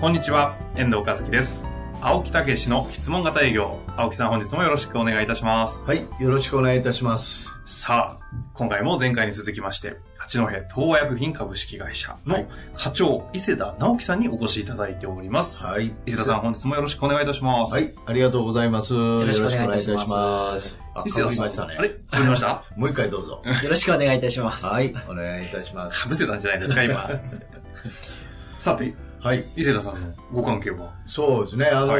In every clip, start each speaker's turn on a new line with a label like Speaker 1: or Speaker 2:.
Speaker 1: こんにちは、遠藤和樹です。青木武の質問型営業。青木さん本日もよろしくお願いいたします。
Speaker 2: はい、よろしくお願いいたします。
Speaker 1: さあ、今回も前回に続きまして、八戸東和薬品株式会社
Speaker 2: は
Speaker 1: の
Speaker 2: い
Speaker 1: 課長、伊勢田直樹さんにお越しいただいております。
Speaker 2: はい。
Speaker 1: 伊勢田さん本日もよろしくお願いいたします。
Speaker 2: はい、ありがとうございます。よ
Speaker 3: ろしくお願いいたします
Speaker 2: ろくお願いいたします。あ、
Speaker 1: 伊
Speaker 2: か
Speaker 1: 勢
Speaker 2: ぶ
Speaker 1: 田
Speaker 2: り
Speaker 1: さん、
Speaker 2: ましたね。
Speaker 1: あれ被りました
Speaker 2: もう一回どうぞ。
Speaker 3: よろしくお願いいたします。
Speaker 2: はい、お願いいたします。
Speaker 1: 被せたんじゃないですか、今。 さて、
Speaker 2: はい、
Speaker 1: 伊勢田さんのご関係は
Speaker 2: そうですね、あの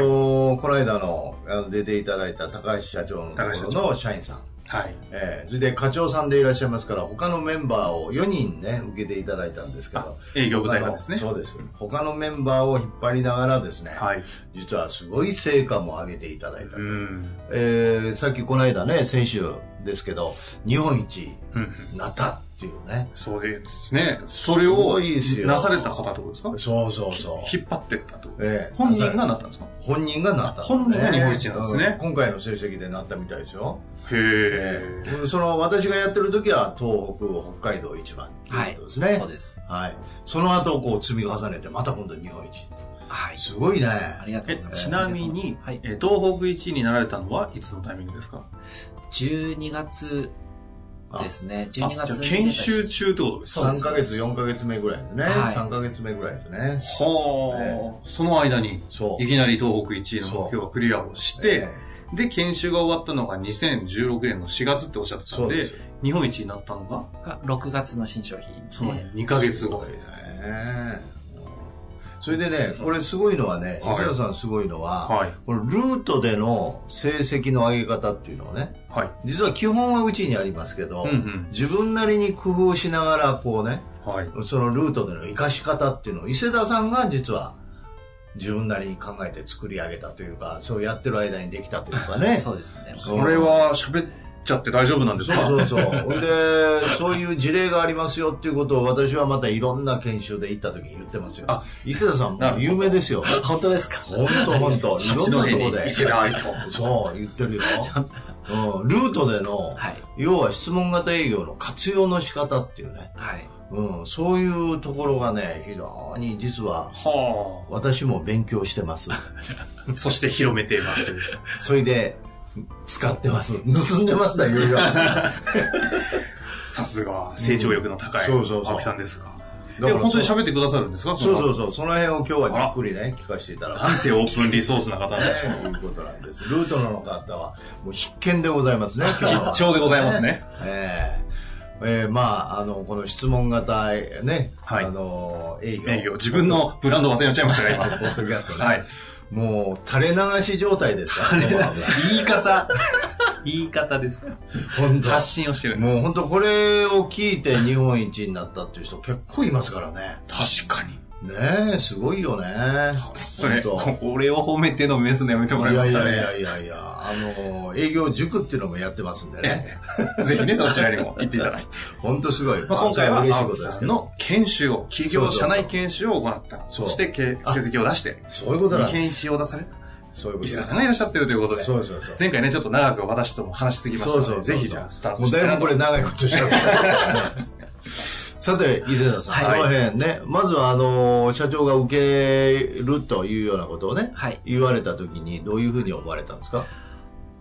Speaker 2: ーこの間のあの出ていただいた高橋社長のとこ
Speaker 1: 高橋社
Speaker 2: ろの社員さん。
Speaker 1: はい。
Speaker 2: えー、それで課長さんでいらっしゃいますから、他のメンバーを4人ね、受けていただいたんですけど。
Speaker 1: 営業部隊がですね。
Speaker 2: そうです。他のメンバーを引っ張りながらですね、
Speaker 1: はい。
Speaker 2: 実はすごい成果も上げていただいたと。
Speaker 1: うん。
Speaker 2: えーさっきこの間ね、先週ですけど、日本一
Speaker 1: うん。
Speaker 2: になったっていうね。
Speaker 1: そうですね。それ
Speaker 2: す
Speaker 1: を
Speaker 2: ごいですよ
Speaker 1: なされた方ってことですか
Speaker 2: そうそうそう。
Speaker 1: 引っ張ってったってこと
Speaker 2: ええ
Speaker 1: 本人がなったんですか
Speaker 2: 本人がなった、
Speaker 1: 本人が日本一なんですね
Speaker 2: う今回の成績でなったみたいですよ。
Speaker 1: へえ。
Speaker 2: うんその私がやってる時は東北、北海道一番っていうことですね。
Speaker 3: そうです。
Speaker 2: はい。その後こう積み重ねて、また今度日本一。
Speaker 3: はい。
Speaker 2: すごいね。
Speaker 3: ありがとう
Speaker 1: え
Speaker 3: ございます。
Speaker 1: ちなみに、
Speaker 3: はい、
Speaker 1: え東北一位になられたのはいつのタイミングですか
Speaker 3: 12月ですね。
Speaker 1: あ
Speaker 3: 12
Speaker 1: じ
Speaker 3: 月
Speaker 1: ゃあ
Speaker 3: に
Speaker 1: 研修中ってことです
Speaker 3: そうで
Speaker 2: 3
Speaker 3: す
Speaker 2: ヶ月、4ヶ月目ぐらいですね。
Speaker 3: はい
Speaker 2: 3ヶ月目ぐらいですね。
Speaker 1: かはあ、その間に、
Speaker 2: そう。
Speaker 1: いきなり東北一位の目標をクリアをして、
Speaker 2: ええ
Speaker 1: で、研修が終わったのが2016年の4月っておっしゃってた
Speaker 2: そ
Speaker 1: ん
Speaker 2: うで
Speaker 1: で、
Speaker 2: す。
Speaker 1: 日本一になったのが、
Speaker 3: が6月の新商品で。
Speaker 1: その2ヶ月後。
Speaker 2: ねそれでね、これすごいのはね、
Speaker 1: はい
Speaker 2: 伊勢田さんすごいのは、
Speaker 1: はい。
Speaker 2: このルートでの成績の上げ方っていうのをね、
Speaker 1: はい。
Speaker 2: 実は基本はうちにありますけど、
Speaker 1: うんうん。
Speaker 2: 自分なりに工夫しながら、こうね、
Speaker 1: はい。
Speaker 2: そのルートでの活かし方っていうのを伊勢田さんが実は自分なりに考えて作り上げたというか、そうやってる間にできたというか ね。
Speaker 3: そうですね。
Speaker 1: それは喋っちゃって大丈夫なんですか
Speaker 2: そうそうそう。ほんで、そういう事例がありますよっていうことを私はまたいろんな研修で行った時に言ってますよ。
Speaker 1: あ
Speaker 2: 伊勢田さん
Speaker 1: なる
Speaker 2: も
Speaker 1: ほど
Speaker 2: 有名ですよ。
Speaker 3: 本当ですか
Speaker 2: 本当本当いろ
Speaker 1: 八
Speaker 2: んな
Speaker 1: 戸
Speaker 2: とこ
Speaker 1: に
Speaker 2: で
Speaker 1: 伊。勢田愛と。
Speaker 2: そう、言ってるよ。うん、ルートでの、
Speaker 3: はい。
Speaker 2: 要は質問型営業の活用の仕方っていうね、
Speaker 3: はい。
Speaker 2: うん、そういうところがね、非常に実 は
Speaker 1: は
Speaker 2: 私も勉強してます。
Speaker 1: あ。そして広めてい ます。
Speaker 2: それで、使ってます。盗んでますだ、いろいろ。
Speaker 1: さすが、成長力の高い、
Speaker 2: うんそうそうそう
Speaker 1: 青木さんですが。
Speaker 2: だ
Speaker 1: え、
Speaker 2: から
Speaker 1: 本当に
Speaker 2: そう
Speaker 1: 喋ってくださるんですか
Speaker 2: そうそううそう、その辺を今日はじっくりね、聞かせていただく。
Speaker 1: なんてオープンリソースな 方なんでしょ
Speaker 2: ね、いうことなんです。ルートの方は、もう必見でござ いますね、今日
Speaker 1: う。
Speaker 2: は
Speaker 1: 一丁でございますね。
Speaker 2: ええええまあ、あの、この質問型、ね、
Speaker 1: はい
Speaker 2: あの、営業。
Speaker 1: 営業、自分。のブランド忘れちゃいました
Speaker 2: ポ
Speaker 1: が、
Speaker 2: ッドキャスト
Speaker 1: 今。
Speaker 2: ね。
Speaker 1: はい。
Speaker 2: もう、垂れ流し状態ですからね。
Speaker 1: 言い方。言い方です。
Speaker 2: 本
Speaker 1: 発信をしてるん
Speaker 2: もう
Speaker 1: です。
Speaker 2: 本当これを聞いて日本一になったっていう人結構いますからね。
Speaker 1: 確かに。
Speaker 2: ねえ、すごいよね。
Speaker 1: それ、
Speaker 2: 本
Speaker 1: 俺を褒めてのめすのやめても
Speaker 2: 当
Speaker 1: ら
Speaker 2: い
Speaker 1: えます
Speaker 2: やい
Speaker 1: か
Speaker 2: やい
Speaker 1: ね。
Speaker 2: やいやいや、あの、営業塾っていうのもやってますんでね。
Speaker 1: ぜひね、そちらにも行っていただいて。
Speaker 2: 本当すごい。
Speaker 1: まあ、今回は
Speaker 2: それ嬉しい
Speaker 1: 青
Speaker 2: こ
Speaker 1: 木
Speaker 2: とです
Speaker 1: さ
Speaker 2: け
Speaker 1: ん
Speaker 2: ど。
Speaker 1: の研修を、企
Speaker 2: そ
Speaker 1: 業
Speaker 2: うそうそ
Speaker 1: 社
Speaker 2: う
Speaker 1: 内研修を行った。
Speaker 2: そ
Speaker 1: そうして、け成績を出して、
Speaker 2: そういうことなん
Speaker 1: 研
Speaker 2: です。
Speaker 1: 修を出された。
Speaker 2: そういうこ
Speaker 1: 伊
Speaker 2: と
Speaker 1: 勢
Speaker 2: な
Speaker 1: 田さ
Speaker 2: んで
Speaker 1: んがいらっしゃってるということで。
Speaker 2: す。そうそうそう。
Speaker 1: 前回ね、ちょっと長く私とも話しすぎましたので、ぜひじゃあ、スタート
Speaker 2: もう
Speaker 1: して
Speaker 2: だい
Speaker 1: から
Speaker 2: ぶこれ長いことしゃべった。さて、伊勢田さん、
Speaker 3: はい
Speaker 2: その辺ね、まずはあの、社長が受けるというようなことをね、
Speaker 3: はい。
Speaker 2: 言われた時にどういうふうに思われたんですか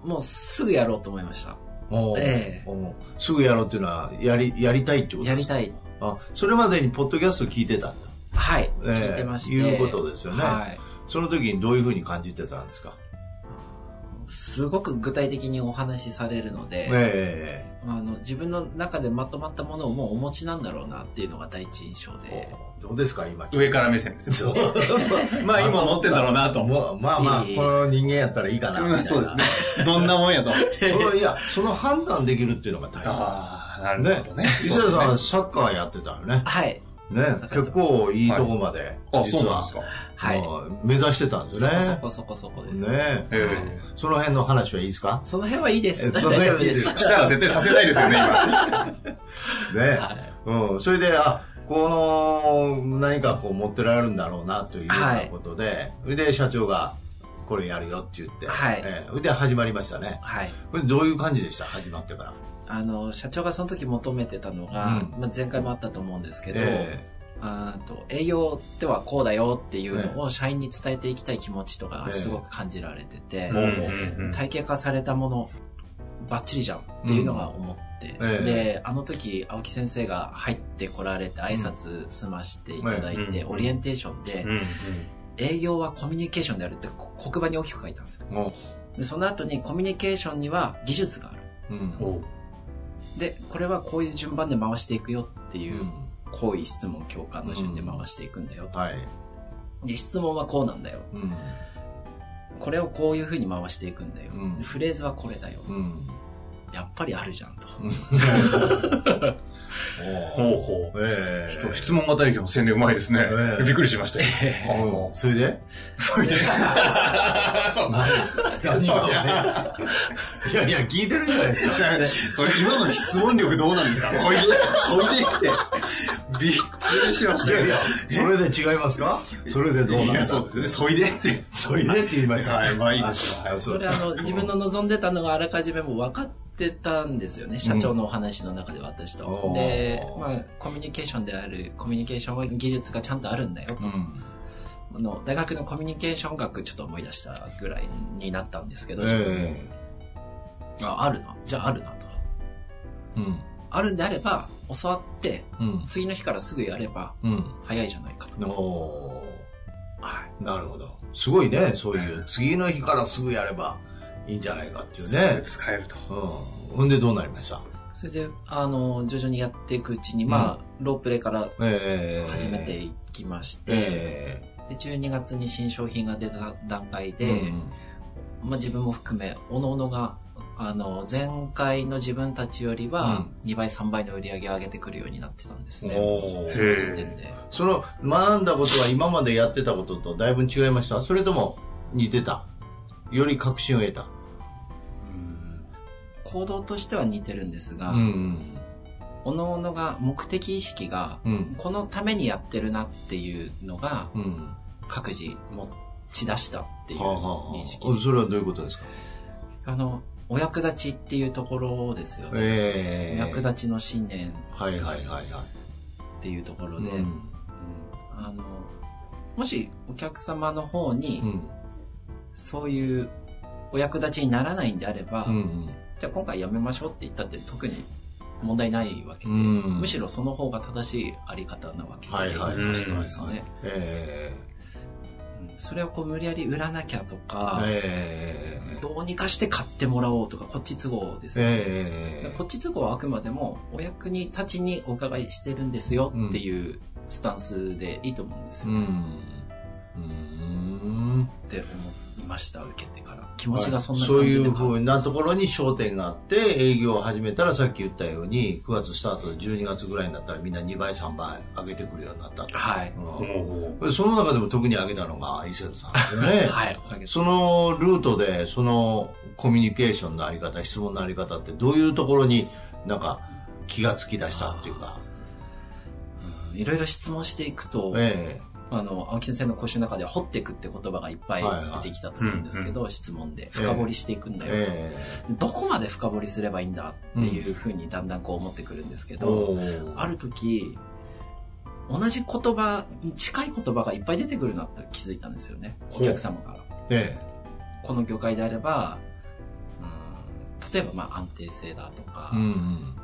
Speaker 3: もうすぐやろうと思いました。
Speaker 2: おー
Speaker 3: ええ
Speaker 2: おーすぐやろうっていうのは、やり、やりたいってこと
Speaker 3: や
Speaker 2: で
Speaker 3: り
Speaker 2: すか
Speaker 3: たい。
Speaker 2: あ、それまでにポッドキャスト聞いてたんだ。
Speaker 3: はい。
Speaker 2: ええ
Speaker 3: 聞いてまして。
Speaker 2: いうことですよね
Speaker 3: はい。
Speaker 2: その時にどういうふうに感じてたんですか
Speaker 3: すごく具体的にお話しされるので、
Speaker 2: え
Speaker 3: あの自分の中でまとまったものをもうお持ちなんだろうなっていうのが第一印象
Speaker 2: ええ
Speaker 3: で
Speaker 2: え。どうですか今。
Speaker 1: 上から目線ですよ。ま
Speaker 2: ま
Speaker 1: あ今持ってんだろうなと思う。
Speaker 2: まあまあまあ、
Speaker 3: いい
Speaker 2: この人間やったらいいかなみたいな。
Speaker 1: そうですね。どんなもんやと思って。
Speaker 2: そのいや、その判断できるっていうのが大事だ。
Speaker 1: ああ、なるほどね。
Speaker 2: 伊勢田さんはサッカーやってたよね。
Speaker 3: はい。
Speaker 2: ね、結構いいとこまで、
Speaker 1: あ、そ
Speaker 2: 実
Speaker 1: うなん
Speaker 2: は
Speaker 1: ですか。
Speaker 3: はい。
Speaker 2: もう目指してたんです
Speaker 3: そ
Speaker 2: ね
Speaker 3: こ。そこそこそこです。
Speaker 2: ね
Speaker 1: え
Speaker 3: はい
Speaker 1: え
Speaker 2: その辺の話はいいですか
Speaker 3: その辺はいいです。
Speaker 2: え
Speaker 3: 大
Speaker 2: その辺
Speaker 3: 丈夫です。
Speaker 2: いいで
Speaker 1: したら絶対させないですよね、今。
Speaker 2: ね、
Speaker 3: はい
Speaker 2: うん。それで、あ、この、何かこう持ってられるんだろうなというようなことで、それで社長が、これやるよって言って、
Speaker 3: はい
Speaker 2: ええそれで始まりましたね。
Speaker 3: はい。
Speaker 2: これどういう感じでした始まってから。
Speaker 3: あの、社長がその時求めてたのが、
Speaker 2: う
Speaker 3: まあ、前回もあったと思うんですけど、
Speaker 2: え
Speaker 3: あーと営業ではこうだよっていうのを社員に伝えていきたい気持ちとか
Speaker 2: ええ
Speaker 3: すごく感じられてて、
Speaker 2: うん
Speaker 3: 体系化されたものバッチリじゃんっていうのが思って、
Speaker 2: うんええ
Speaker 3: であの時青木先生が入ってこられて挨拶済ましていただいて、
Speaker 1: うん
Speaker 3: オリエンテーションで、
Speaker 1: うんうん
Speaker 3: 営業はコミュニケーションであるってこ黒板に大きく書いたんですよ
Speaker 2: えも
Speaker 3: でその後にコミュニケーションには技術がある
Speaker 2: う、うん。
Speaker 1: おう
Speaker 3: でこれはこういう順番で回していくよって
Speaker 2: う
Speaker 3: いう、
Speaker 2: ん
Speaker 3: 行為質問共感の順で回していくんだよと、
Speaker 2: はい。
Speaker 3: で質問はこうなんだよ
Speaker 2: うん。
Speaker 3: これをこういうふうに回していくんだよ、
Speaker 2: うん
Speaker 3: フレーズはこれだよ
Speaker 2: うん。
Speaker 3: やっぱりあるじゃんと、
Speaker 2: お
Speaker 1: ほう
Speaker 2: う
Speaker 1: ほ
Speaker 2: え
Speaker 1: う。ち
Speaker 2: え
Speaker 1: ょっと質問型営業の宣伝うまいですね
Speaker 2: え。え
Speaker 1: びっくりしましたよ。
Speaker 2: うんそれで
Speaker 1: それ で
Speaker 2: いやいや、いやいや、聞いてるじゃないですか。
Speaker 1: それ今の質問力どうなんですかそいで、そいでって。びっくりしまし
Speaker 2: い
Speaker 1: た
Speaker 2: やい
Speaker 1: よ
Speaker 2: や。、それで違いますかそれでどうなん
Speaker 1: い
Speaker 2: だ
Speaker 1: やそうですね。そいでって。
Speaker 2: それでって言いました。
Speaker 1: はい、まあいいですよ。はい
Speaker 2: そ
Speaker 3: そうれあの自分の望んでたのがあらかじめもう分かってたんですよね社長のお話の中で私と、
Speaker 2: うん
Speaker 3: で
Speaker 2: お、ー
Speaker 3: まあ、コミュニケーションであるコミュニケーションは技術がちゃんとあるんだよ
Speaker 2: う
Speaker 3: と、
Speaker 2: ん。
Speaker 3: あの大学のコミュニケーション学ちょっと思い出したぐらいになったんですけど、
Speaker 2: え
Speaker 3: ああるなじゃああるなと
Speaker 2: えうん。
Speaker 3: あるんであれば教わって
Speaker 2: うん。
Speaker 3: 次の日からすぐやれば
Speaker 2: うん。
Speaker 3: 早いじゃないかと、
Speaker 2: お
Speaker 3: はい、
Speaker 2: ーなるほど。すごいね、そういう。次の日からすぐやればいいんじゃないかっていうね。
Speaker 1: 使えると。
Speaker 2: うん。ほんでどうなりました
Speaker 3: それであの徐々にやっていくうちに、まあロープレから
Speaker 2: え
Speaker 3: 始めていきまして、
Speaker 2: え
Speaker 3: で12月に新商品が出た段階
Speaker 2: え
Speaker 3: で、まあ、自分も含めおののがあの前回の自分たちよりは2倍3倍の売り上げを上げてくるようになってたんですね、
Speaker 2: おー
Speaker 3: その時点で
Speaker 2: その、学んだことは今までやってたこととだいぶ違いましたそれとも似てたより確信を得た
Speaker 3: 行動としては似てるんですが、
Speaker 2: ん。
Speaker 3: おのおのが目的意識が
Speaker 2: うん。
Speaker 3: このためにやってるなっていうのが
Speaker 2: うん。
Speaker 3: 各自持ち出したっていう
Speaker 2: はあはあは
Speaker 3: 認識
Speaker 2: あそれはどういうことですか
Speaker 3: あのお役立ちっていうところですよね、
Speaker 2: え
Speaker 3: お
Speaker 2: え
Speaker 3: 役立ちの信念
Speaker 2: はいはいはいは
Speaker 3: っていうところ
Speaker 2: い。
Speaker 3: で、
Speaker 2: うん
Speaker 3: あのもしお客様の方に
Speaker 2: うん。
Speaker 3: そういうお役立ちにならないんであれば、
Speaker 2: うん。
Speaker 3: じゃあ今回やめましょうって言ったって特に問題ないわけで、
Speaker 2: うん
Speaker 3: むしろその方が正しいあり方なわけで、
Speaker 2: はいはい
Speaker 3: してです
Speaker 2: はい
Speaker 3: ね、
Speaker 2: え
Speaker 3: うんそれをこう無理やり売らなきゃと
Speaker 2: え
Speaker 3: か、
Speaker 2: ええ
Speaker 3: どうにかして買ってもらおうとかこっち都合です、ね
Speaker 2: え
Speaker 3: こっち都合はあくまでもお役に立ちにお伺いしてるんですよっていうスタンスでいいと思うんです
Speaker 2: えう
Speaker 3: よ、
Speaker 2: ん。うん。
Speaker 3: って思いました受けてから気持ちがそんな
Speaker 2: そう
Speaker 3: 感
Speaker 2: い
Speaker 3: じで
Speaker 2: う
Speaker 3: 変わ
Speaker 2: ふうなところに焦点があって、営業を始めたらさっき言ったように、9月スタートで12月ぐらいになったらみんな2倍3倍上げてくるようになったと。
Speaker 3: はい
Speaker 1: も
Speaker 2: うんその中でも特に上げたのが伊勢田さんですよ ね。
Speaker 3: はいおかげさ
Speaker 2: そのルートで、そのコミュニケーションのあり方、質問のあり方ってどういうところになんか気がつき出したっていうか。
Speaker 3: までいろいろ質問していくと、
Speaker 2: え
Speaker 3: あの、青木先生の講習の中で掘っていくって言葉がいっぱい
Speaker 2: はいはい
Speaker 3: 出てきたと思うんですけど、質問で深掘りしていくん
Speaker 2: え
Speaker 3: だよ、
Speaker 2: え
Speaker 3: どこまで深掘りすればいいんだっていうふうにだんだんこう思ってくるんですけ
Speaker 2: え
Speaker 3: ど、
Speaker 2: おー
Speaker 3: ある時、同じ言葉、近い言葉がいっぱい出てくるなって気づいたんですよね。お
Speaker 2: ほう
Speaker 3: 客様から。
Speaker 2: え
Speaker 3: この業界であれば、うん例えばまあ安定性だとか、
Speaker 2: えうん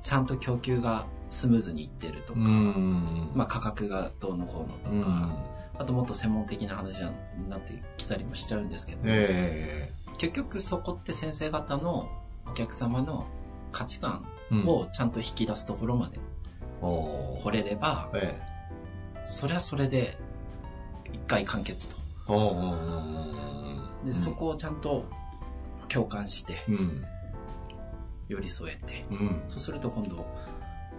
Speaker 3: ちゃんと供給がスムーズにいってると
Speaker 2: う
Speaker 3: か、
Speaker 2: ん。うん。
Speaker 3: まあ価格がどうのこう
Speaker 2: う
Speaker 3: のとか、
Speaker 2: ん。
Speaker 3: あともっと専門的な話になってきたりもしちゃうんですけど、
Speaker 2: え
Speaker 3: 結局そこって先生方のお客様の価値観
Speaker 2: えうん
Speaker 3: をちゃんと引き出すところまで
Speaker 2: おー
Speaker 3: 掘れれば、
Speaker 2: ええ
Speaker 3: それはそれで一回完結と。
Speaker 2: おーおーおー
Speaker 3: で、そこをちゃんと共感して、
Speaker 2: うん。
Speaker 3: 寄り添えて、
Speaker 2: うん。
Speaker 3: そうすると今度、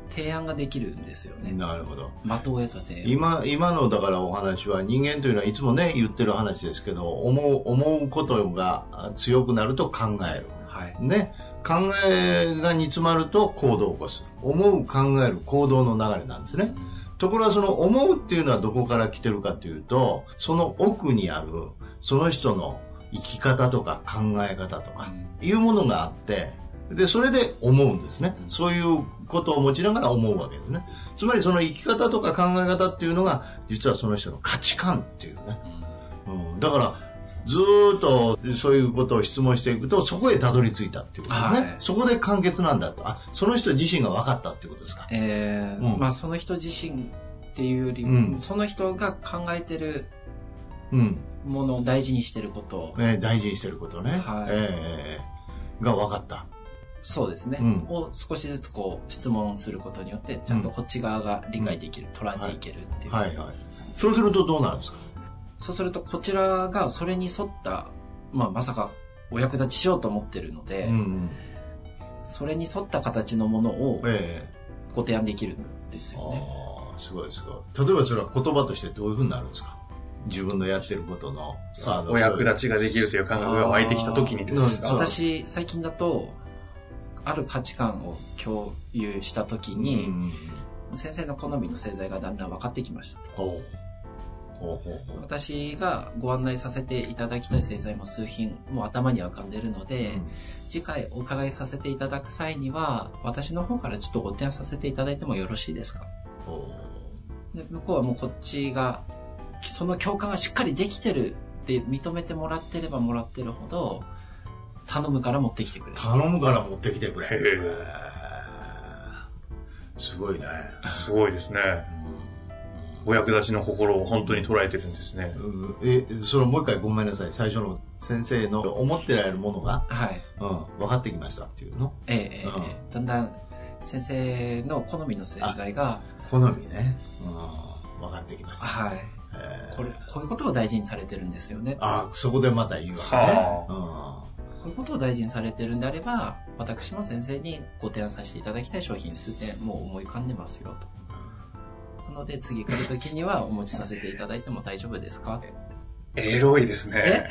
Speaker 3: 提案ができるんですよね
Speaker 2: なるほど。
Speaker 3: 的を得た提案
Speaker 2: 今、今のだからお話は人間というのはいつもね、言ってる話ですけど、思う、思うことがあ強くなると考える。
Speaker 3: はい
Speaker 2: ね。考えが煮詰まると行動を起こす。思う、考える、行動の流れなんですね。ところがその思うっていうのはどこから来てるかというと、その奥にある、その人の生き方とか考え方とか、いうものがあって、で、それで思うんですね。そういうことを持ちながら思うわけですね。つまりその生き方とか考え方っていうのが、実はその人の価値観っていうね。うん、だから、ずーっとそういうことを質問していくと、そこへたどり着いたっていうことですね。
Speaker 3: はい
Speaker 2: そこで完結なんだと。あ、その人自身が分かったっていうことですか。
Speaker 3: えー
Speaker 2: うん
Speaker 3: まあその人自身っていうより、
Speaker 2: うん
Speaker 3: その人が考えてる
Speaker 2: うん。
Speaker 3: ものを大事にしてることを
Speaker 2: えー大事にしてることね、
Speaker 3: はい
Speaker 2: えーえーが分かった、
Speaker 3: そうですね、
Speaker 2: うん
Speaker 3: を少しずつこう質問することによってちゃんとこっち側が理解できる、捉えていけるっていう、
Speaker 2: はいはいそうするとどうなるんですか
Speaker 3: そうするとこちらがそれに沿った、まあ、まさかお役立ちしようと思ってるので、
Speaker 2: ん、
Speaker 3: それに沿った形のものを
Speaker 2: え
Speaker 3: ご提案できるんです
Speaker 2: え
Speaker 3: よね。
Speaker 2: ああすごいすごい例えばそれは言葉としてどういうふうになるんですか自分のやってることのあの
Speaker 1: お役立
Speaker 2: ち
Speaker 1: ちができるという感覚が湧いてきた時にってことです
Speaker 2: そう
Speaker 1: か
Speaker 3: 私最近だとある価値観を共有した時に、
Speaker 2: うん、
Speaker 3: 先生の好みの製材がだんだん分かってきました
Speaker 2: おうほうほうほう
Speaker 3: 私がご案内させていただきたい製材も数品もう頭には浮かんでるので、
Speaker 2: うん
Speaker 3: 次回お伺いさせていただく際には私の方からちょっとご提案させていただいてもよろしいですか
Speaker 2: おう
Speaker 3: で向こうはもうこっちがその共感がしっかりできてるって認めてもらってればもらってるほど頼むから持ってきてくれる
Speaker 2: 頼むから持ってきてくれ
Speaker 1: へえ
Speaker 2: えーすごいね、
Speaker 1: すごいですね。お役立ちの心を本当に捉えてるんですね。
Speaker 2: うん、えそれもう一回ごめんなさい最初の先生の思ってられるものが、
Speaker 3: はい
Speaker 2: うん、分かってきましたっていうの
Speaker 3: ええええ
Speaker 2: うん
Speaker 3: ええだんだん先生の好みの製材が
Speaker 2: 好みね、うん、分かってきました、
Speaker 3: はい
Speaker 2: えー
Speaker 3: これこういうことを大事にされてるんですよね
Speaker 2: ああそこでまた言うわけね、
Speaker 3: こういうことを大事にされてるんであれば私も先生にご提案させていただきたい商品数点もう思い浮かんでますよとなので次来る時にはお持ちさせていただいても大丈夫ですか
Speaker 1: エロいですね。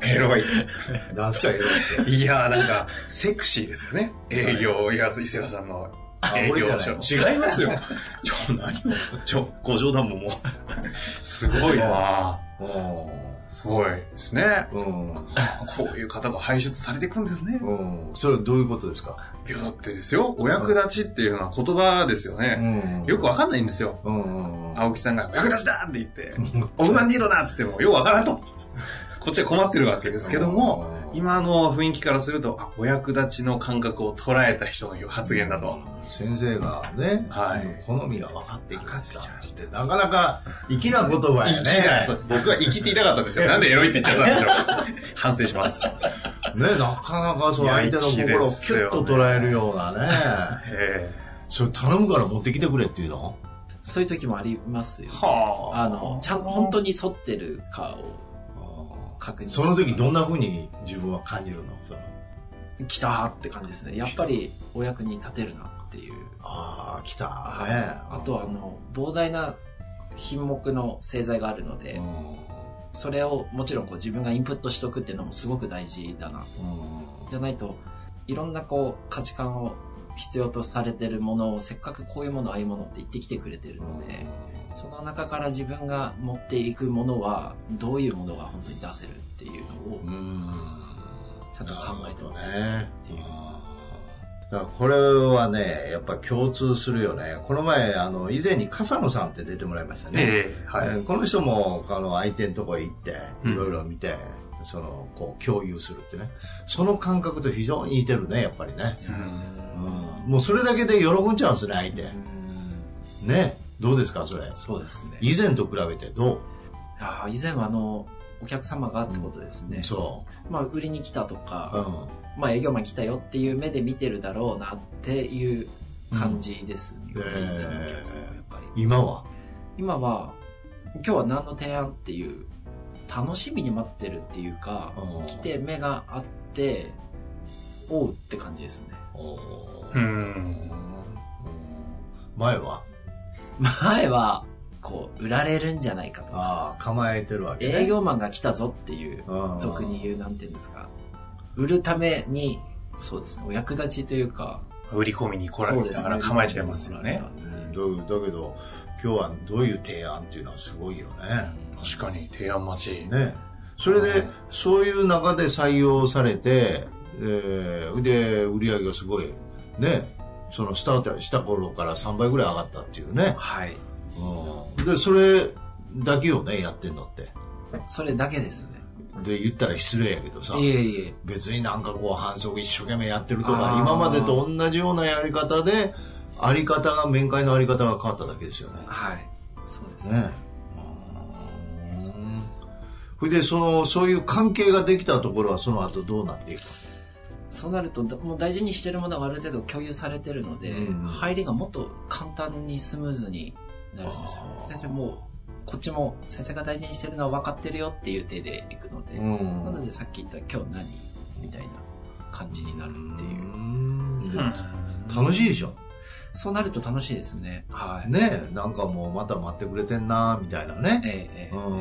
Speaker 1: エロい。
Speaker 2: うん、何すかエロいって
Speaker 1: いやーなんか、セクシーですよね。営業、いや、伊勢川さんの
Speaker 2: あ
Speaker 1: 営業
Speaker 2: 俺じゃない
Speaker 1: 所。違いますよ。 ちょ、何を、ちょ、ご冗談ももう。 すごいなすごいですね。
Speaker 2: うん
Speaker 1: こういう方が排出されていくんですね。
Speaker 2: うん、うん、それはどういうことですか、
Speaker 1: いや、だってですよ、お役立ちっていうのは言葉ですよね。
Speaker 2: ん
Speaker 1: よくわかんないんですよ。
Speaker 2: うんうんうん
Speaker 1: 青木さんが、お役立ちだって言って、オフマンディードだって言っても、ようわからんと。こっちは困ってるわけですけども、
Speaker 2: うん
Speaker 1: 今の雰囲気からすると、あ、お役立ちの感覚を捉えた人の発言だと。
Speaker 2: 先生がね、
Speaker 1: はい
Speaker 2: 好みが分かってきました
Speaker 1: 分かってきまし
Speaker 2: ってなかなか粋な言葉やね
Speaker 1: 生きてないそう僕は生きていなかったんですよ。 なんでエロいって言っちゃったん でしょう。反省します。
Speaker 2: ね、なかなかその相手の心をキュッと捉えるようなね。
Speaker 1: え
Speaker 2: それ頼むから持ってきてくれっていうの
Speaker 3: そういう時もありますよ
Speaker 1: ー、はあ。
Speaker 3: あのちゃん本当に沿ってるかを確認
Speaker 2: その時どんな風に自分は感じるのその
Speaker 3: 来たーって感じですねやっぱりお役に立てるなっていう
Speaker 2: ああ、来た。ね
Speaker 3: あとはあの膨大な品目の製材があるので、
Speaker 2: うん
Speaker 3: それをもちろんこう自分がインプットしとくっていうのもすごく大事だなじゃないといろんなこう価値観を必要とされてるものをせっかくこういうものああいうものって言ってきてくれてるので、その中から自分が持っていくものはどういうものが本当に出せるっていうのをちゃんと考えてもらいたいっていう、
Speaker 2: だからこれはね、やっぱ共通するよね。この前、あの、以前に笠野さんって出てもらいましたね。
Speaker 1: ええはい。
Speaker 2: えーこの人もあの相手のとこへ行って
Speaker 1: うん
Speaker 2: いろいろ見て、そのこう共有するってねその感覚と非常に似てるねやっぱりね、うん、もうそれだけで喜んじゃうんですね相手
Speaker 3: うん
Speaker 2: ねどうですかそれ
Speaker 3: そうですね
Speaker 2: 以前と比べてど
Speaker 3: ああ以前はあのお客様がってことです
Speaker 2: う、
Speaker 3: ね、
Speaker 2: そ
Speaker 3: まあ売りに来たとか、
Speaker 2: う、うん、
Speaker 3: まあ、営業マン来たよっていう目で見てるだろうなっていう感じですね、
Speaker 2: うん
Speaker 3: 以前のお
Speaker 2: え
Speaker 3: 客様は
Speaker 2: ー
Speaker 3: やっぱり
Speaker 2: 今は
Speaker 3: 今は今日は何の提案っていう楽しみに待ってるっていうか
Speaker 2: うん
Speaker 3: 来て目があっておうって感じですね
Speaker 2: おー
Speaker 1: うん。
Speaker 2: うん前は
Speaker 3: 前は、こう、売られるんじゃないかとか、
Speaker 2: ああ構えてるわけ、ね、
Speaker 3: 営業マンが来たぞっていう、
Speaker 2: うん
Speaker 3: 俗に言う、なんていうんですか、売るために、そうですね、お役立ちというか、
Speaker 1: 売り込みに来られたから構えちゃいますよね。
Speaker 2: うんだだけど今日はどういう提案っていうのはすごいよね
Speaker 1: 確かに、提案待ち。
Speaker 2: ねそれ
Speaker 1: う
Speaker 2: で
Speaker 1: ん
Speaker 2: そういう中で採用されて、えーで売り上げがすごいねそのスタートした頃から3倍ぐらい上がったっていうね、
Speaker 3: はい。
Speaker 2: うん、でそれだけをねやってんのって
Speaker 3: それだけですね。
Speaker 2: で言ったら失礼やけどさ
Speaker 3: いえいえ。
Speaker 2: 別になんかこう反則一生懸命やってるとか
Speaker 3: あー
Speaker 2: 今までと同じようなやり方であり方が面会のあり方が変わっただけですよね
Speaker 3: はい。そうですね。
Speaker 2: ねうんそれでそのそういう関係ができたところはその後どうなっていく
Speaker 3: そうなると、だもう大事にしてるものがある程度共有されてるので、
Speaker 2: うん
Speaker 3: 入りがもっと簡単にスムーズになるんですよ
Speaker 2: あ。ー
Speaker 3: 先生もう、こっちも先生が大事にしてるのは分かってるよっていう手でいくので、なの
Speaker 2: の
Speaker 3: でさっき言った今日何みたいな感じになるっていう。
Speaker 1: うん
Speaker 2: 楽しいでしょ
Speaker 3: そうなると楽しいですね。はい。
Speaker 2: ねえなんかもうまた待ってくれてんなみたいなね
Speaker 3: ええええ
Speaker 2: うん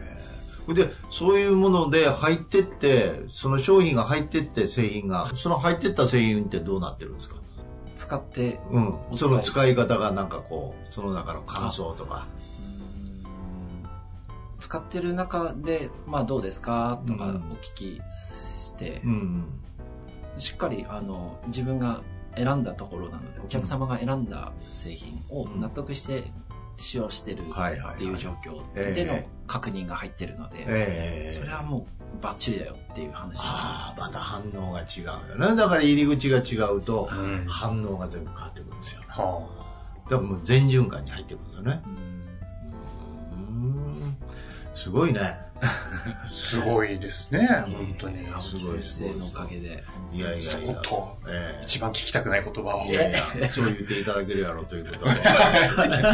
Speaker 2: ええそれでそういうもので入ってってその商品が入ってって製品がその入ってった製品ってどうなってるんですか
Speaker 3: 使って、
Speaker 2: うん
Speaker 3: お使い
Speaker 2: その使い方がなんかこうその中の感想とか
Speaker 3: 使ってる中で、まあどうですかとか
Speaker 2: う
Speaker 3: お
Speaker 2: ん
Speaker 3: 聞きして、
Speaker 2: うん
Speaker 3: しっかりあの自分が選んだところなので、お客様が選んだ製品を
Speaker 2: うん
Speaker 3: 納得して使用してる
Speaker 2: はいはいはい
Speaker 3: っていう状況
Speaker 2: ええ
Speaker 3: での確認が入ってるので、
Speaker 2: ええ
Speaker 3: それはもうバッチリだよっていう話にな
Speaker 2: ああまた反応が違うよねだから入り口が違うと
Speaker 1: うん
Speaker 2: 反応が全部変わってくるんですよ
Speaker 1: は
Speaker 2: だからもう全循環に入ってくるんだよね
Speaker 3: ります。うん
Speaker 2: うんすごいね
Speaker 1: あすごいですね、本当に。
Speaker 2: す
Speaker 3: 青
Speaker 2: ごい
Speaker 3: 木先生のおかげで。
Speaker 2: いやいやい
Speaker 1: そ
Speaker 2: や
Speaker 1: こと
Speaker 2: ええ
Speaker 1: 一番聞きたくない言葉を
Speaker 2: い。やいや、そう言っていただけるやろうということは。
Speaker 1: が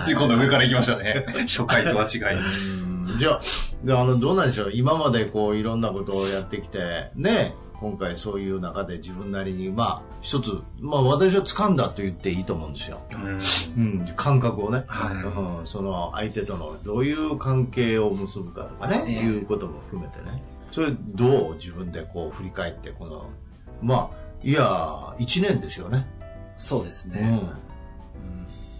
Speaker 1: っつり今度上から行きましたね。 初回とは違い。
Speaker 2: うんじゃあ、であの、どうなんでしょう今までこう、いろんなことをやってきて、ね、今回そういう中で自分なりに、まあ、一つ、まあ、私は掴んだと言っていいと思うんですよ。
Speaker 1: うん
Speaker 2: うん、感覚をね。
Speaker 3: はい
Speaker 2: うん、その相手とのどういう関係を結ぶかとかね、
Speaker 3: ええ
Speaker 2: いうことも含めてねそれどう自分でこう振り返ってこのまあいや1年ですよね、
Speaker 3: そうですね。うん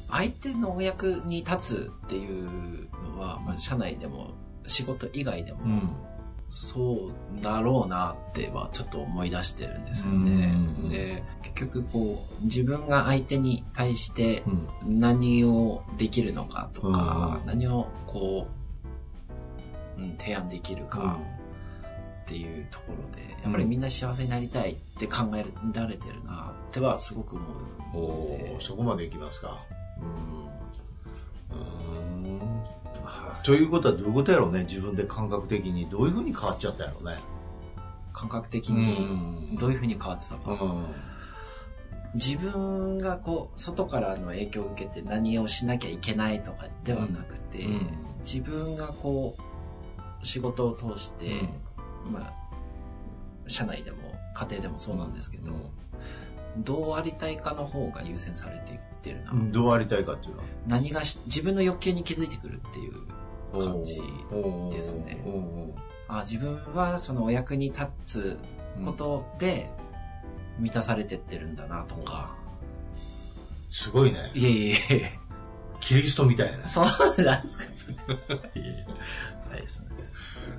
Speaker 3: 相手のお役に立つっていうのは、まあ、社内でも仕事以外でも、
Speaker 2: うん、うん
Speaker 3: そうだろうなってはちょっと思い出してるんですよ
Speaker 2: うん
Speaker 3: ね。で結局こう自分が相手に対して
Speaker 2: うん
Speaker 3: 何をできるのかとか、
Speaker 2: うん
Speaker 3: 何をこう、うん、提案できるかっていうところで、やっぱりみんな幸せになりたいって考えられてるなってはすごく思
Speaker 2: お
Speaker 3: うので。
Speaker 2: おーそこまでいきますかうんうん
Speaker 3: はい
Speaker 2: ということはどういうことやろうね自分で感覚的にどういうふうに変わっちゃったやろうね
Speaker 3: 感覚的にどういうふうに変わってたか、
Speaker 2: うん
Speaker 3: 自分がこう外からの影響を受けて何をしなきゃいけないとかではなくて、
Speaker 2: うん
Speaker 3: 自分がこう仕事を通して、まあ社内でも家庭でもそうなんですけど、どうありたいかの方が優先されていってるな、
Speaker 2: うんどうありたいかっていうのは
Speaker 3: 何がし自分の欲求に気づいてくるっていう感じですね
Speaker 2: おーおー
Speaker 3: あ自分はそのお役に立つことで満たされてってるんだなとか、
Speaker 2: すごいね。
Speaker 3: いえいえいえ
Speaker 2: キリストみたいな。
Speaker 3: そうなんですか。 いえいえはい、そうです。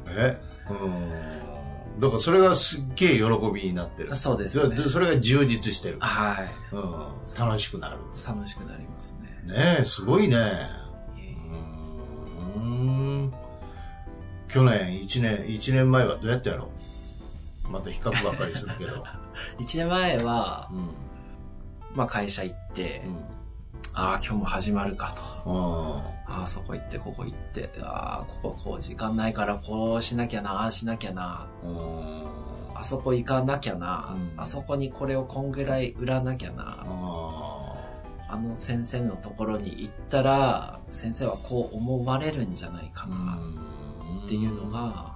Speaker 2: えうん。だからそれがすっげえ喜びになってる。
Speaker 3: そうです
Speaker 2: そ
Speaker 3: よ
Speaker 2: れ
Speaker 3: ね。
Speaker 2: それが充実してる。
Speaker 3: はい。
Speaker 2: うん。楽しくなる。
Speaker 3: 楽しくなりますね。
Speaker 2: ねえ、すごいね。
Speaker 3: いえいうえ
Speaker 2: ーん。去年、一年、一年前はどうやったやろうまた比較ばっかりするけど。
Speaker 3: 一年前は
Speaker 2: う、ん。
Speaker 3: まあ会社行って、
Speaker 2: うん。
Speaker 3: ああ、今日も始まるかと。
Speaker 2: あ
Speaker 3: ああ、そこ行って、ここ行って、ああ、こここう時間ないから、こうしなきゃな、ああしなきゃな、
Speaker 2: ーうん
Speaker 3: あそこ行かなきゃな、
Speaker 2: うん
Speaker 3: あそこにこれをこんぐらい売らなきゃな、
Speaker 2: あ
Speaker 3: あの先生のところに行ったら、先生はこう思われるんじゃない
Speaker 2: ー
Speaker 3: か
Speaker 2: う
Speaker 3: な、
Speaker 2: ん
Speaker 3: っていうのが、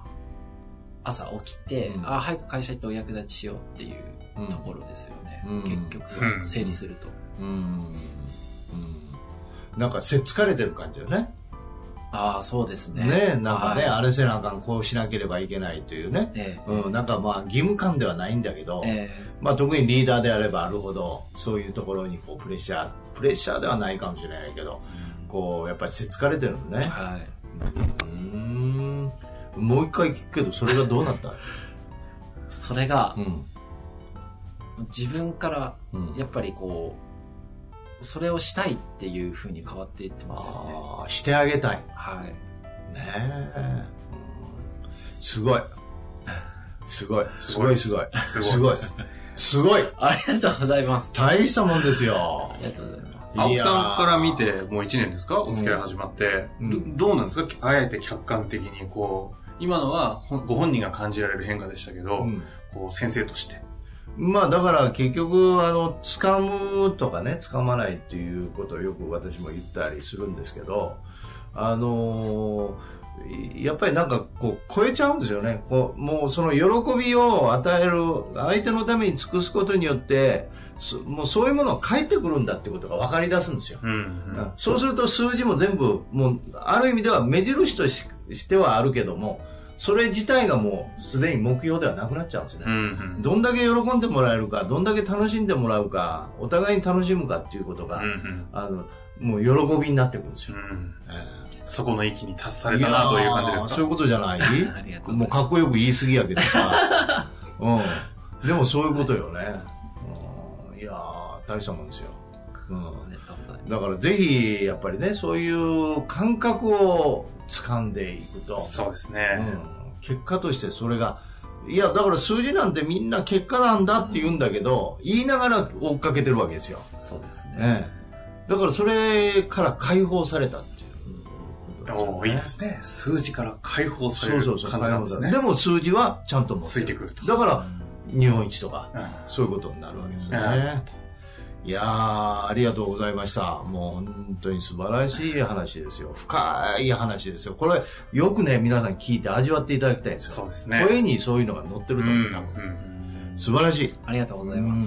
Speaker 3: 朝起きて、
Speaker 2: うん
Speaker 3: ああ、早く会社行ってお役立ちしようっていう
Speaker 2: うん
Speaker 3: ところですよね。ね、
Speaker 2: うん
Speaker 3: 結局
Speaker 1: うん
Speaker 3: 整理すると、
Speaker 2: うんうんなんかせっつかれてる感じよね
Speaker 3: ああそうですね
Speaker 2: ねなんかね、
Speaker 3: はい
Speaker 2: あれせなあかんこうしなければいけないというね、
Speaker 3: ええ
Speaker 2: うん、なんかまあ義務感ではないんだけど、
Speaker 3: え
Speaker 2: まあ、特にリーダーであればあるほどそういうところにこうプレッシャープレッシャーではないかもしれないけど
Speaker 3: え
Speaker 2: こうやっぱりせっつかれてるのね
Speaker 3: はい、
Speaker 2: うんもう一回聞くけどそれがどうなった
Speaker 3: それが
Speaker 2: うん
Speaker 3: 自分から
Speaker 2: うん
Speaker 3: やっぱりこうそれをしたいっていうふうに変わっていってますよね
Speaker 2: ああしてあげたい
Speaker 3: はい
Speaker 2: ねえすごいすごいすごいすごい
Speaker 1: す
Speaker 2: す
Speaker 1: ご
Speaker 2: ご
Speaker 1: い
Speaker 2: いすごい
Speaker 3: ありがとうございます
Speaker 2: 大したもんですよ
Speaker 3: ありがとうございます
Speaker 1: 青木さんから見
Speaker 2: いや
Speaker 1: て、もう1年ですかお付き合い始まって、
Speaker 2: うん
Speaker 1: どどうなんですかあえて客観的に、こう、今のはほんご本人が感じられる変化でしたけど、
Speaker 2: ーうん
Speaker 1: こう先生として。
Speaker 2: まあだから結局あの掴むとかね掴まないっていうことをよく私も言ったりするんですけどあのいやっぱりなんかこう超えちゃうんですよねこうもうその喜びを与える相手のために尽くすことによってそもうそういうものが返ってくるんだってことが分かり出すんですよ、
Speaker 1: うん
Speaker 2: うんそうすると数字も全部もうある意味では目印とししてはあるけどもそれ自体がもうすでに目標ではなくなっちゃうんですよね
Speaker 1: うんうん
Speaker 2: どんだけ喜んでもらえるか、どんだけ楽しんでもらうか、お互いに楽しむかっていうこと
Speaker 1: う
Speaker 2: が、
Speaker 1: んうん
Speaker 2: あの、もう喜びになってくるんです
Speaker 1: う
Speaker 2: よ。
Speaker 1: ん
Speaker 2: え
Speaker 1: そこの域に達さ
Speaker 2: え
Speaker 1: れたなという感じで
Speaker 2: やー
Speaker 1: す
Speaker 2: そう
Speaker 1: か
Speaker 2: いうことじゃ ない
Speaker 3: ありがとうござい
Speaker 2: も
Speaker 3: ま
Speaker 2: う
Speaker 3: す
Speaker 2: かっこよく言い過ぎやけどさ。うん。でもそういうことよね。うん、いやー、大したもんですよ。うん。
Speaker 3: ありがとうございます
Speaker 2: だからぜひ、やっぱりね、そういう感覚を掴んでいくと。
Speaker 1: そうです
Speaker 2: う
Speaker 1: ね。
Speaker 2: ん結果としてそれがいやだから数字なんてみんな結果なんだって言うんだけど言いながら追っかけてるわけですよ、
Speaker 3: そうですね
Speaker 2: ええ、だからそれから解放されたっていうことだよね
Speaker 1: おーいいですね。数字から解放され
Speaker 2: そう
Speaker 1: る
Speaker 2: そ
Speaker 1: 感じ
Speaker 2: うそう
Speaker 1: な
Speaker 2: 解
Speaker 1: ん
Speaker 2: 放
Speaker 1: で
Speaker 2: さ
Speaker 1: す
Speaker 2: れ
Speaker 1: ね
Speaker 2: るで。も数字はちゃんと持って
Speaker 1: つい
Speaker 2: る
Speaker 1: てくると。
Speaker 2: だから日本一とか
Speaker 1: うん
Speaker 2: そういうことになるわけですね、
Speaker 1: うん
Speaker 2: いやーありがとうございましたもう本当に素晴らしい話ですよ深い話ですよこれよくね皆さん聞いて味わっていただきたいんですよ
Speaker 1: そうですね。
Speaker 2: 声にそういうのが乗ってる
Speaker 1: う
Speaker 2: と
Speaker 1: ん
Speaker 2: 思う、多
Speaker 1: う
Speaker 2: 分。
Speaker 1: ん
Speaker 3: うん
Speaker 2: 素晴らしい。
Speaker 3: ありがとうございます、
Speaker 2: うん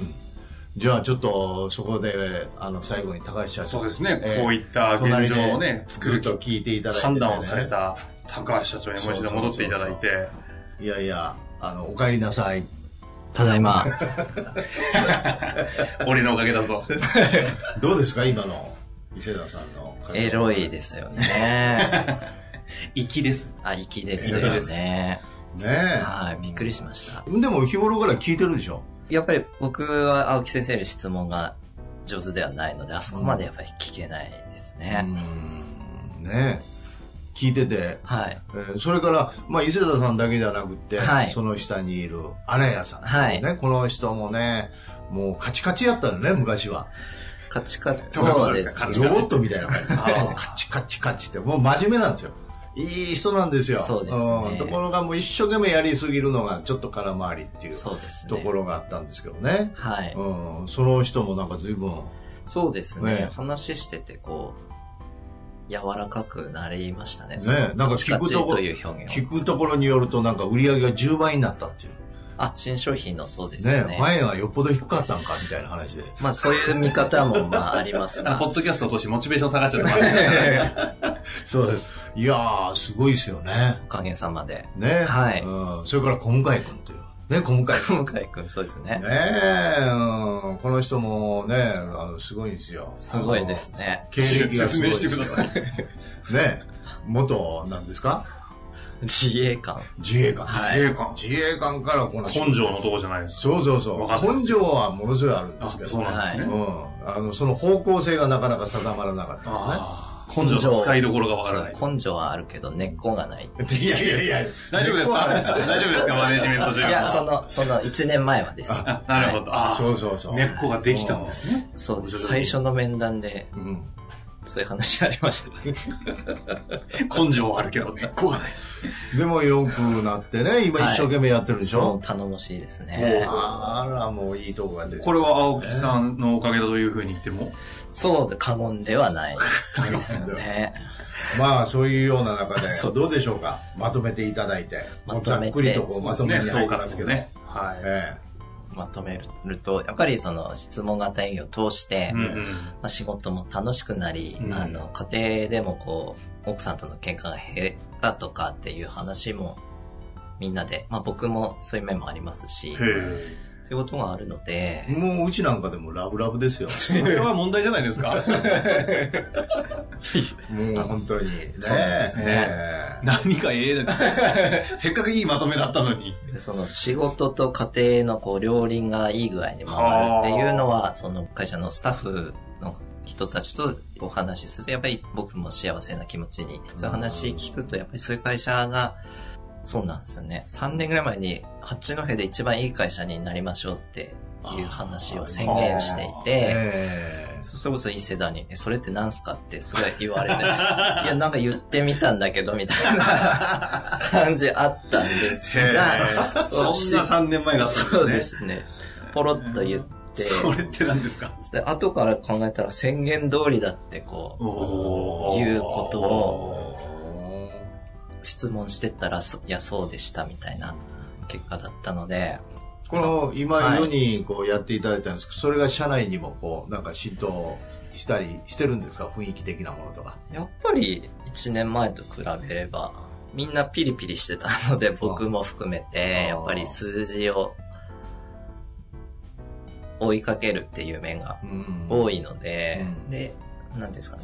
Speaker 2: じゃあ、ちょっと、そこで、あの、最後に高橋社長。
Speaker 1: そうですね。
Speaker 2: えー
Speaker 1: こういった現
Speaker 2: 隣で
Speaker 1: 状をね、作る
Speaker 2: ずっと聞いていただいて、
Speaker 1: 判断をされ。た高橋社長にもう一度戻っていただいて、
Speaker 2: いやいや、あの、お帰りなさい。
Speaker 3: ただいま
Speaker 1: 俺のおかげだぞ。
Speaker 2: どうですか、今の、伊勢田さんの活動。
Speaker 4: エロいですよね。
Speaker 1: 粋です。
Speaker 4: あ、 粋ですよね。
Speaker 2: ね
Speaker 4: はい、びっくりしました。
Speaker 2: え。でも、日頃から聞いてるでしょ。
Speaker 4: やっぱり僕は青木先生より質問が上手ではないので、あそこまでやっぱり聞けないです
Speaker 2: うー
Speaker 4: ね。
Speaker 2: ん。ねえ。聞いてて、
Speaker 4: はい。
Speaker 2: えーそれから、まあ、伊勢田さんだけじゃなくって、
Speaker 4: はい
Speaker 2: その下にいる荒谷さん、
Speaker 4: はい
Speaker 2: ね、この人もねもうカチカチやったよね昔は
Speaker 4: カチカチ。
Speaker 1: そういうこ
Speaker 4: そ
Speaker 1: と
Speaker 4: う
Speaker 1: で
Speaker 4: ですす
Speaker 1: か。カチカ
Speaker 2: ロ
Speaker 1: チ
Speaker 2: ボットみたいな感じでカチカチカチってもう真面目なんですよいい人なんですよ
Speaker 4: そうですね
Speaker 2: んところがもう一生懸命やりすぎるのがちょっと空回りっていう
Speaker 4: そうです
Speaker 2: とこ
Speaker 4: ね。
Speaker 2: ろがあったんですけどね
Speaker 4: はい。
Speaker 2: うん、その人もなんか随分
Speaker 4: そうです
Speaker 2: ね
Speaker 4: ね。話してて、こう、柔らかくなりましたね。
Speaker 2: ねなんか
Speaker 4: カチ
Speaker 2: 聞
Speaker 4: カ
Speaker 2: く
Speaker 4: チ
Speaker 2: とこと
Speaker 4: いう表現を。
Speaker 2: 聞くところによるとなんか売り上げが10倍になったっていう
Speaker 4: あ、新商品のそうです
Speaker 2: ね
Speaker 4: ね。
Speaker 2: 前はよっぽど低かったんかみたいな話で
Speaker 4: まあそういう見方もまああります
Speaker 1: あの
Speaker 4: が
Speaker 1: ポ。ッドキャストを通してモチベーション下がっちゃったから。
Speaker 2: そうですいやーすごいですよね
Speaker 4: おかげさまで。
Speaker 2: ね
Speaker 4: はい
Speaker 2: うん、それから今回君というね 今回君
Speaker 4: 向井くん、そうですね
Speaker 2: ね。え、うん、この人もねあのすごいんですよ
Speaker 4: すごいですね
Speaker 2: あの。経歴がす
Speaker 1: 説
Speaker 2: ごい
Speaker 1: 明
Speaker 2: で
Speaker 1: し
Speaker 2: す
Speaker 1: て
Speaker 2: よ
Speaker 1: ください。
Speaker 2: ね元なんですか
Speaker 4: 自衛官。
Speaker 2: 自衛官、
Speaker 4: はい。
Speaker 1: 自衛官
Speaker 2: 自衛官からこの人
Speaker 1: 根性のとこじゃないですか。
Speaker 2: そうそうそ
Speaker 1: わかん
Speaker 2: う
Speaker 1: ないです
Speaker 2: 根性はものすごいあるんで
Speaker 1: あ
Speaker 2: すけど
Speaker 1: そうなんです
Speaker 2: う
Speaker 1: ね。
Speaker 2: ん、あのその方向性がなかなか定まらなかったのね
Speaker 1: あー根性の使いどころがわからない。
Speaker 4: そう根性はあるけど、根っこがない。
Speaker 2: いやいやい や、
Speaker 1: 大丈夫ですか大丈夫ですかマネジメント
Speaker 4: い
Speaker 1: 中
Speaker 4: や、その、その、1年前はです。
Speaker 1: あなるほど。あ
Speaker 2: そ
Speaker 1: ー
Speaker 2: うそうそう。
Speaker 1: 根っこができたんですね。
Speaker 4: そうです。最初の面談で、
Speaker 2: うん。
Speaker 4: そういう話がありました。
Speaker 1: 根性はあるけど根っこがない。
Speaker 2: でもよくなってね、今
Speaker 4: はい
Speaker 2: 一生懸命やってるでし
Speaker 4: その
Speaker 2: ょ、
Speaker 4: 頼もしいですね
Speaker 1: お。
Speaker 2: あら、もういいとこが出て
Speaker 1: これは青木さんのおかげだというふうに言っても。
Speaker 4: そうで、過言ではないです よね。
Speaker 2: まあ、そういうような中で
Speaker 4: そ、うです
Speaker 2: どうでしょうかまとめていただいて。
Speaker 4: まとめて
Speaker 2: ざっくりとこうまとめに
Speaker 1: そう
Speaker 2: 入っ
Speaker 1: か
Speaker 2: たん
Speaker 1: で
Speaker 2: で
Speaker 1: す
Speaker 2: すけ
Speaker 1: よ
Speaker 2: ど。
Speaker 1: ね。はい。
Speaker 2: ええ
Speaker 3: まとめると、やっぱりその質問型営業を通して、
Speaker 1: うんう
Speaker 3: ま
Speaker 1: ん
Speaker 3: あ、仕事も楽しくなり、
Speaker 1: うん
Speaker 3: あの、家庭でもこう、奥さんとの喧嘩が減ったとかっていう話も、みんなで、まあ僕もそういう面もありますし、
Speaker 1: へ
Speaker 3: とい
Speaker 1: え。
Speaker 3: うことがあるので、
Speaker 2: もううちなんかでもラブラブですよ。
Speaker 1: それは問題じゃないですか
Speaker 2: もう本当に。ね
Speaker 3: そうなんですね
Speaker 2: え
Speaker 1: 何かええです。せっかくいいまとめだったのに。
Speaker 3: でその仕事と家庭のこう両輪がいい具合に回るっていうのは、その会社のスタッフの人たちとお話しすると、やっぱり僕も幸せな気持ちに、そういう話聞くと、やっぱりそういう会社が、そうなんですよね。3年ぐらい前に、八戸で一番いい会社になりましょうっていう話を宣言していて、
Speaker 2: え
Speaker 3: そそれこそいい世代に、え、それって何すかってすごい言わ れて、いや、なんか言ってみたんだけど、みた いな感じあったんですが、
Speaker 1: そんな3年前だったんですね。
Speaker 3: そうで。すね。ポロッと言って、
Speaker 1: それって何ですか
Speaker 3: で後から考えたら宣言通りだってこう、
Speaker 1: お
Speaker 3: いうことを
Speaker 2: ー
Speaker 3: 質問してったら、そいや、そうでしたみたいな結果だったので、
Speaker 2: この今
Speaker 3: はい
Speaker 2: 世にこうやっていただいたんですけど、それが社内にもこうなんか浸透したりしてるんですか雰囲気的なものとか。
Speaker 3: やっぱり1年前と比べれば、みんなピリピリしてたので、僕も含めて、やっぱり数字を追いかけるっていう面が多
Speaker 2: い。
Speaker 3: いので、
Speaker 2: うん
Speaker 3: で、なんですかね。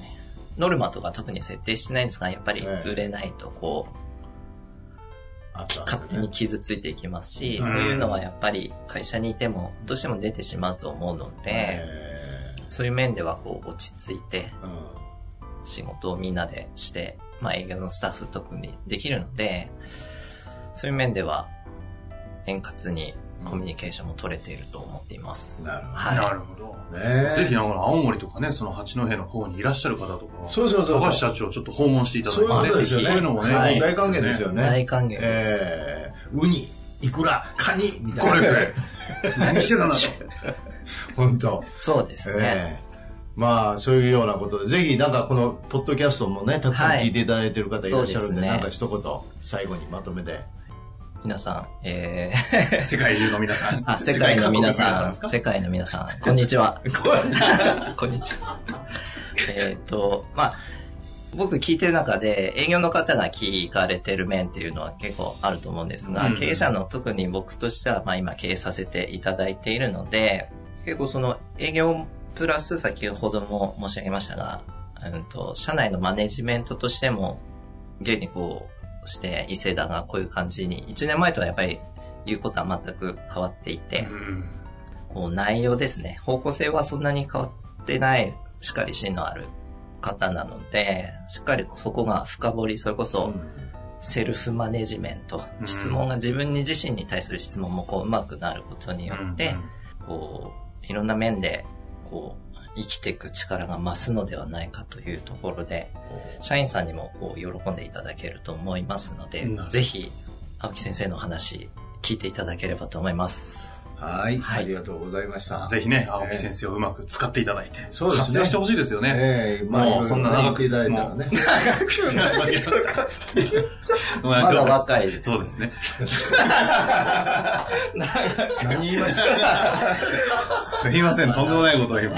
Speaker 3: ノルマとか特に設定してないんですが、やっぱり
Speaker 2: ええ
Speaker 3: 売れないとこう、
Speaker 2: あっ
Speaker 3: き
Speaker 2: たんです
Speaker 3: 勝
Speaker 2: ね
Speaker 3: 手に傷ついていきますし、
Speaker 1: うん
Speaker 3: そういうのはやっぱり会社にいてもどうしても出てしまうと思うので、
Speaker 2: え
Speaker 3: そういう面ではこう落ち着い
Speaker 2: ー
Speaker 3: て
Speaker 2: うん
Speaker 3: 仕事をみんなでして、まあ営業のスタッフ特にできるので、そういう面では円滑にコミュニケーションも取れていると思っています。
Speaker 2: なるほど
Speaker 3: はい。
Speaker 1: なるほど。
Speaker 2: ね
Speaker 1: ぜひ、あの、青森とかね、その八戸の方にいらっしゃる方とかは、
Speaker 2: そうそうそう。
Speaker 1: 高橋社長をちょっと訪問していただい
Speaker 2: そ
Speaker 1: て
Speaker 2: ういうこ
Speaker 1: ね、
Speaker 2: とです
Speaker 1: そ
Speaker 2: よ
Speaker 1: う
Speaker 2: ね。
Speaker 1: いうのもね、
Speaker 2: はい
Speaker 1: いい
Speaker 2: 大歓迎ですよね。
Speaker 3: 大歓迎です。
Speaker 2: えーウニ、イクラ、カニ、みたい
Speaker 1: ゴ
Speaker 2: な。
Speaker 1: ルフ。何してたの
Speaker 2: 本当。
Speaker 3: そうですね。
Speaker 2: ええまあ、そういうようなことで、ぜひ、なんかこの、ポッドキャストもね、たくさん聞いていただいてる方いらっしゃ
Speaker 3: はい
Speaker 2: る
Speaker 3: そ
Speaker 2: ん
Speaker 3: う
Speaker 2: で、
Speaker 3: ですね
Speaker 2: なんか一言、最後にまとめて。
Speaker 3: 皆さん、え
Speaker 1: 世界中の皆さん。
Speaker 3: ー、あ、世界
Speaker 1: 各
Speaker 3: の皆
Speaker 1: 国の
Speaker 3: さ
Speaker 1: 皆ですか
Speaker 3: ん、世界の皆さん、こんにちは。 こんにちは。えっと、まあ、僕聞いてる中で営業の方が聞かれてる面っていうのは結構あると思うんですが、
Speaker 1: うん
Speaker 3: 経営者の特に僕としては、まあ今経営させていただいているので、結構その営業プラス先ほども申し上げましたが、うんと、社内のマネジメントとしても、現にこうして、伊勢だがこういう感じに、1年前とはやっぱり言うことは全く変わっていて、
Speaker 1: うん
Speaker 3: こう内容ですね。方向性はそんなに変わってない、しっかり芯のある方なので、しっかりそこが深掘り、それこそセルフマネジメント、
Speaker 1: うん
Speaker 3: 質問が自分に自身に対する質問もこううまくなることによって、こう、いろんな面で、こう、生きていく力が増すのではないかというところで、社員さんにもこう喜んでいただけると思いますので
Speaker 1: なるほど、
Speaker 3: ぜひ、青木先生のお話、聞いていただければと思います。
Speaker 2: はい、
Speaker 3: はい
Speaker 2: ありがとうございました。
Speaker 1: ぜひね、青木先生をうまく使っていただいて、
Speaker 2: そうです
Speaker 1: 活
Speaker 2: ね
Speaker 1: 用してほしいですよね。
Speaker 2: ええまあ、い
Speaker 1: もう
Speaker 2: ろいろ
Speaker 1: そんな
Speaker 2: 言
Speaker 1: 長
Speaker 2: っ
Speaker 1: く
Speaker 2: ていただいたらね。
Speaker 1: 長く間違えた
Speaker 3: まだ若いです
Speaker 1: そうですね。
Speaker 2: 何言いました
Speaker 1: すいません、とんでもないことを今。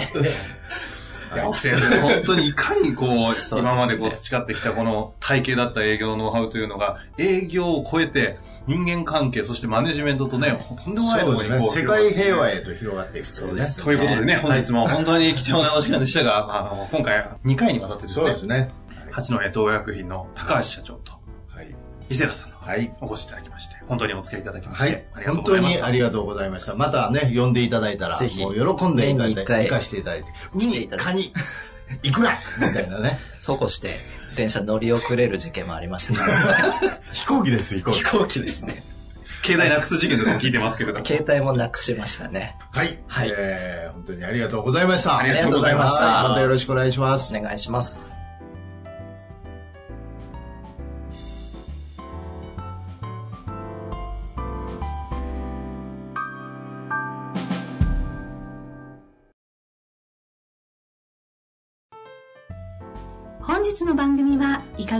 Speaker 1: 青木先生、本当にいかにこう、
Speaker 3: すね
Speaker 1: 今までこう培ってきたこの体系だった営業のノウハウというのが、営業を超えて、人間関係、そしてマネジメントとね、とんでもない
Speaker 2: そ
Speaker 1: と
Speaker 2: う
Speaker 1: こ
Speaker 2: で
Speaker 1: ろに
Speaker 2: すね。
Speaker 1: こう
Speaker 2: 世界平和へと広がっていく
Speaker 3: そうですね
Speaker 1: ということでね、本日も本当に貴重なお時間でしたが、まああの、今回は2回にわたってです
Speaker 2: そう
Speaker 1: ね、
Speaker 2: ですね。
Speaker 1: 八戸東洋薬品の高橋社長と
Speaker 2: はい。
Speaker 1: 伊勢田さんの方
Speaker 2: はい。
Speaker 1: お越しいただきまして、本当にお付き合いいただきまし
Speaker 2: は
Speaker 1: て、
Speaker 2: い
Speaker 1: あり。がとう
Speaker 2: 本
Speaker 1: ござい
Speaker 2: 当
Speaker 1: ま
Speaker 2: に
Speaker 1: した。
Speaker 2: ありがとうございました。またね、呼んでいただいたら、
Speaker 3: ぜひ
Speaker 2: もう喜んでいた
Speaker 3: 年に
Speaker 2: だ
Speaker 3: 一
Speaker 2: い
Speaker 3: 回
Speaker 2: て、行かしていただいて、ウ
Speaker 3: 来て
Speaker 2: ニ、
Speaker 3: いただ
Speaker 2: カニ、いくらみたいなね。
Speaker 3: そうこうして、電車乗り遅れる事件もありましたから、
Speaker 2: 飛行機です、飛行
Speaker 3: 飛行機ですね。
Speaker 1: 携帯なくす事件とかも聞いてますけれども。
Speaker 3: 携帯もなくしましたね。
Speaker 2: はい。
Speaker 3: はい
Speaker 2: えー本当にありがとうございました。
Speaker 1: ありがとうございました
Speaker 2: はいまたよろしくお願いします
Speaker 3: お。願いします。
Speaker 5: 本日の番組はいか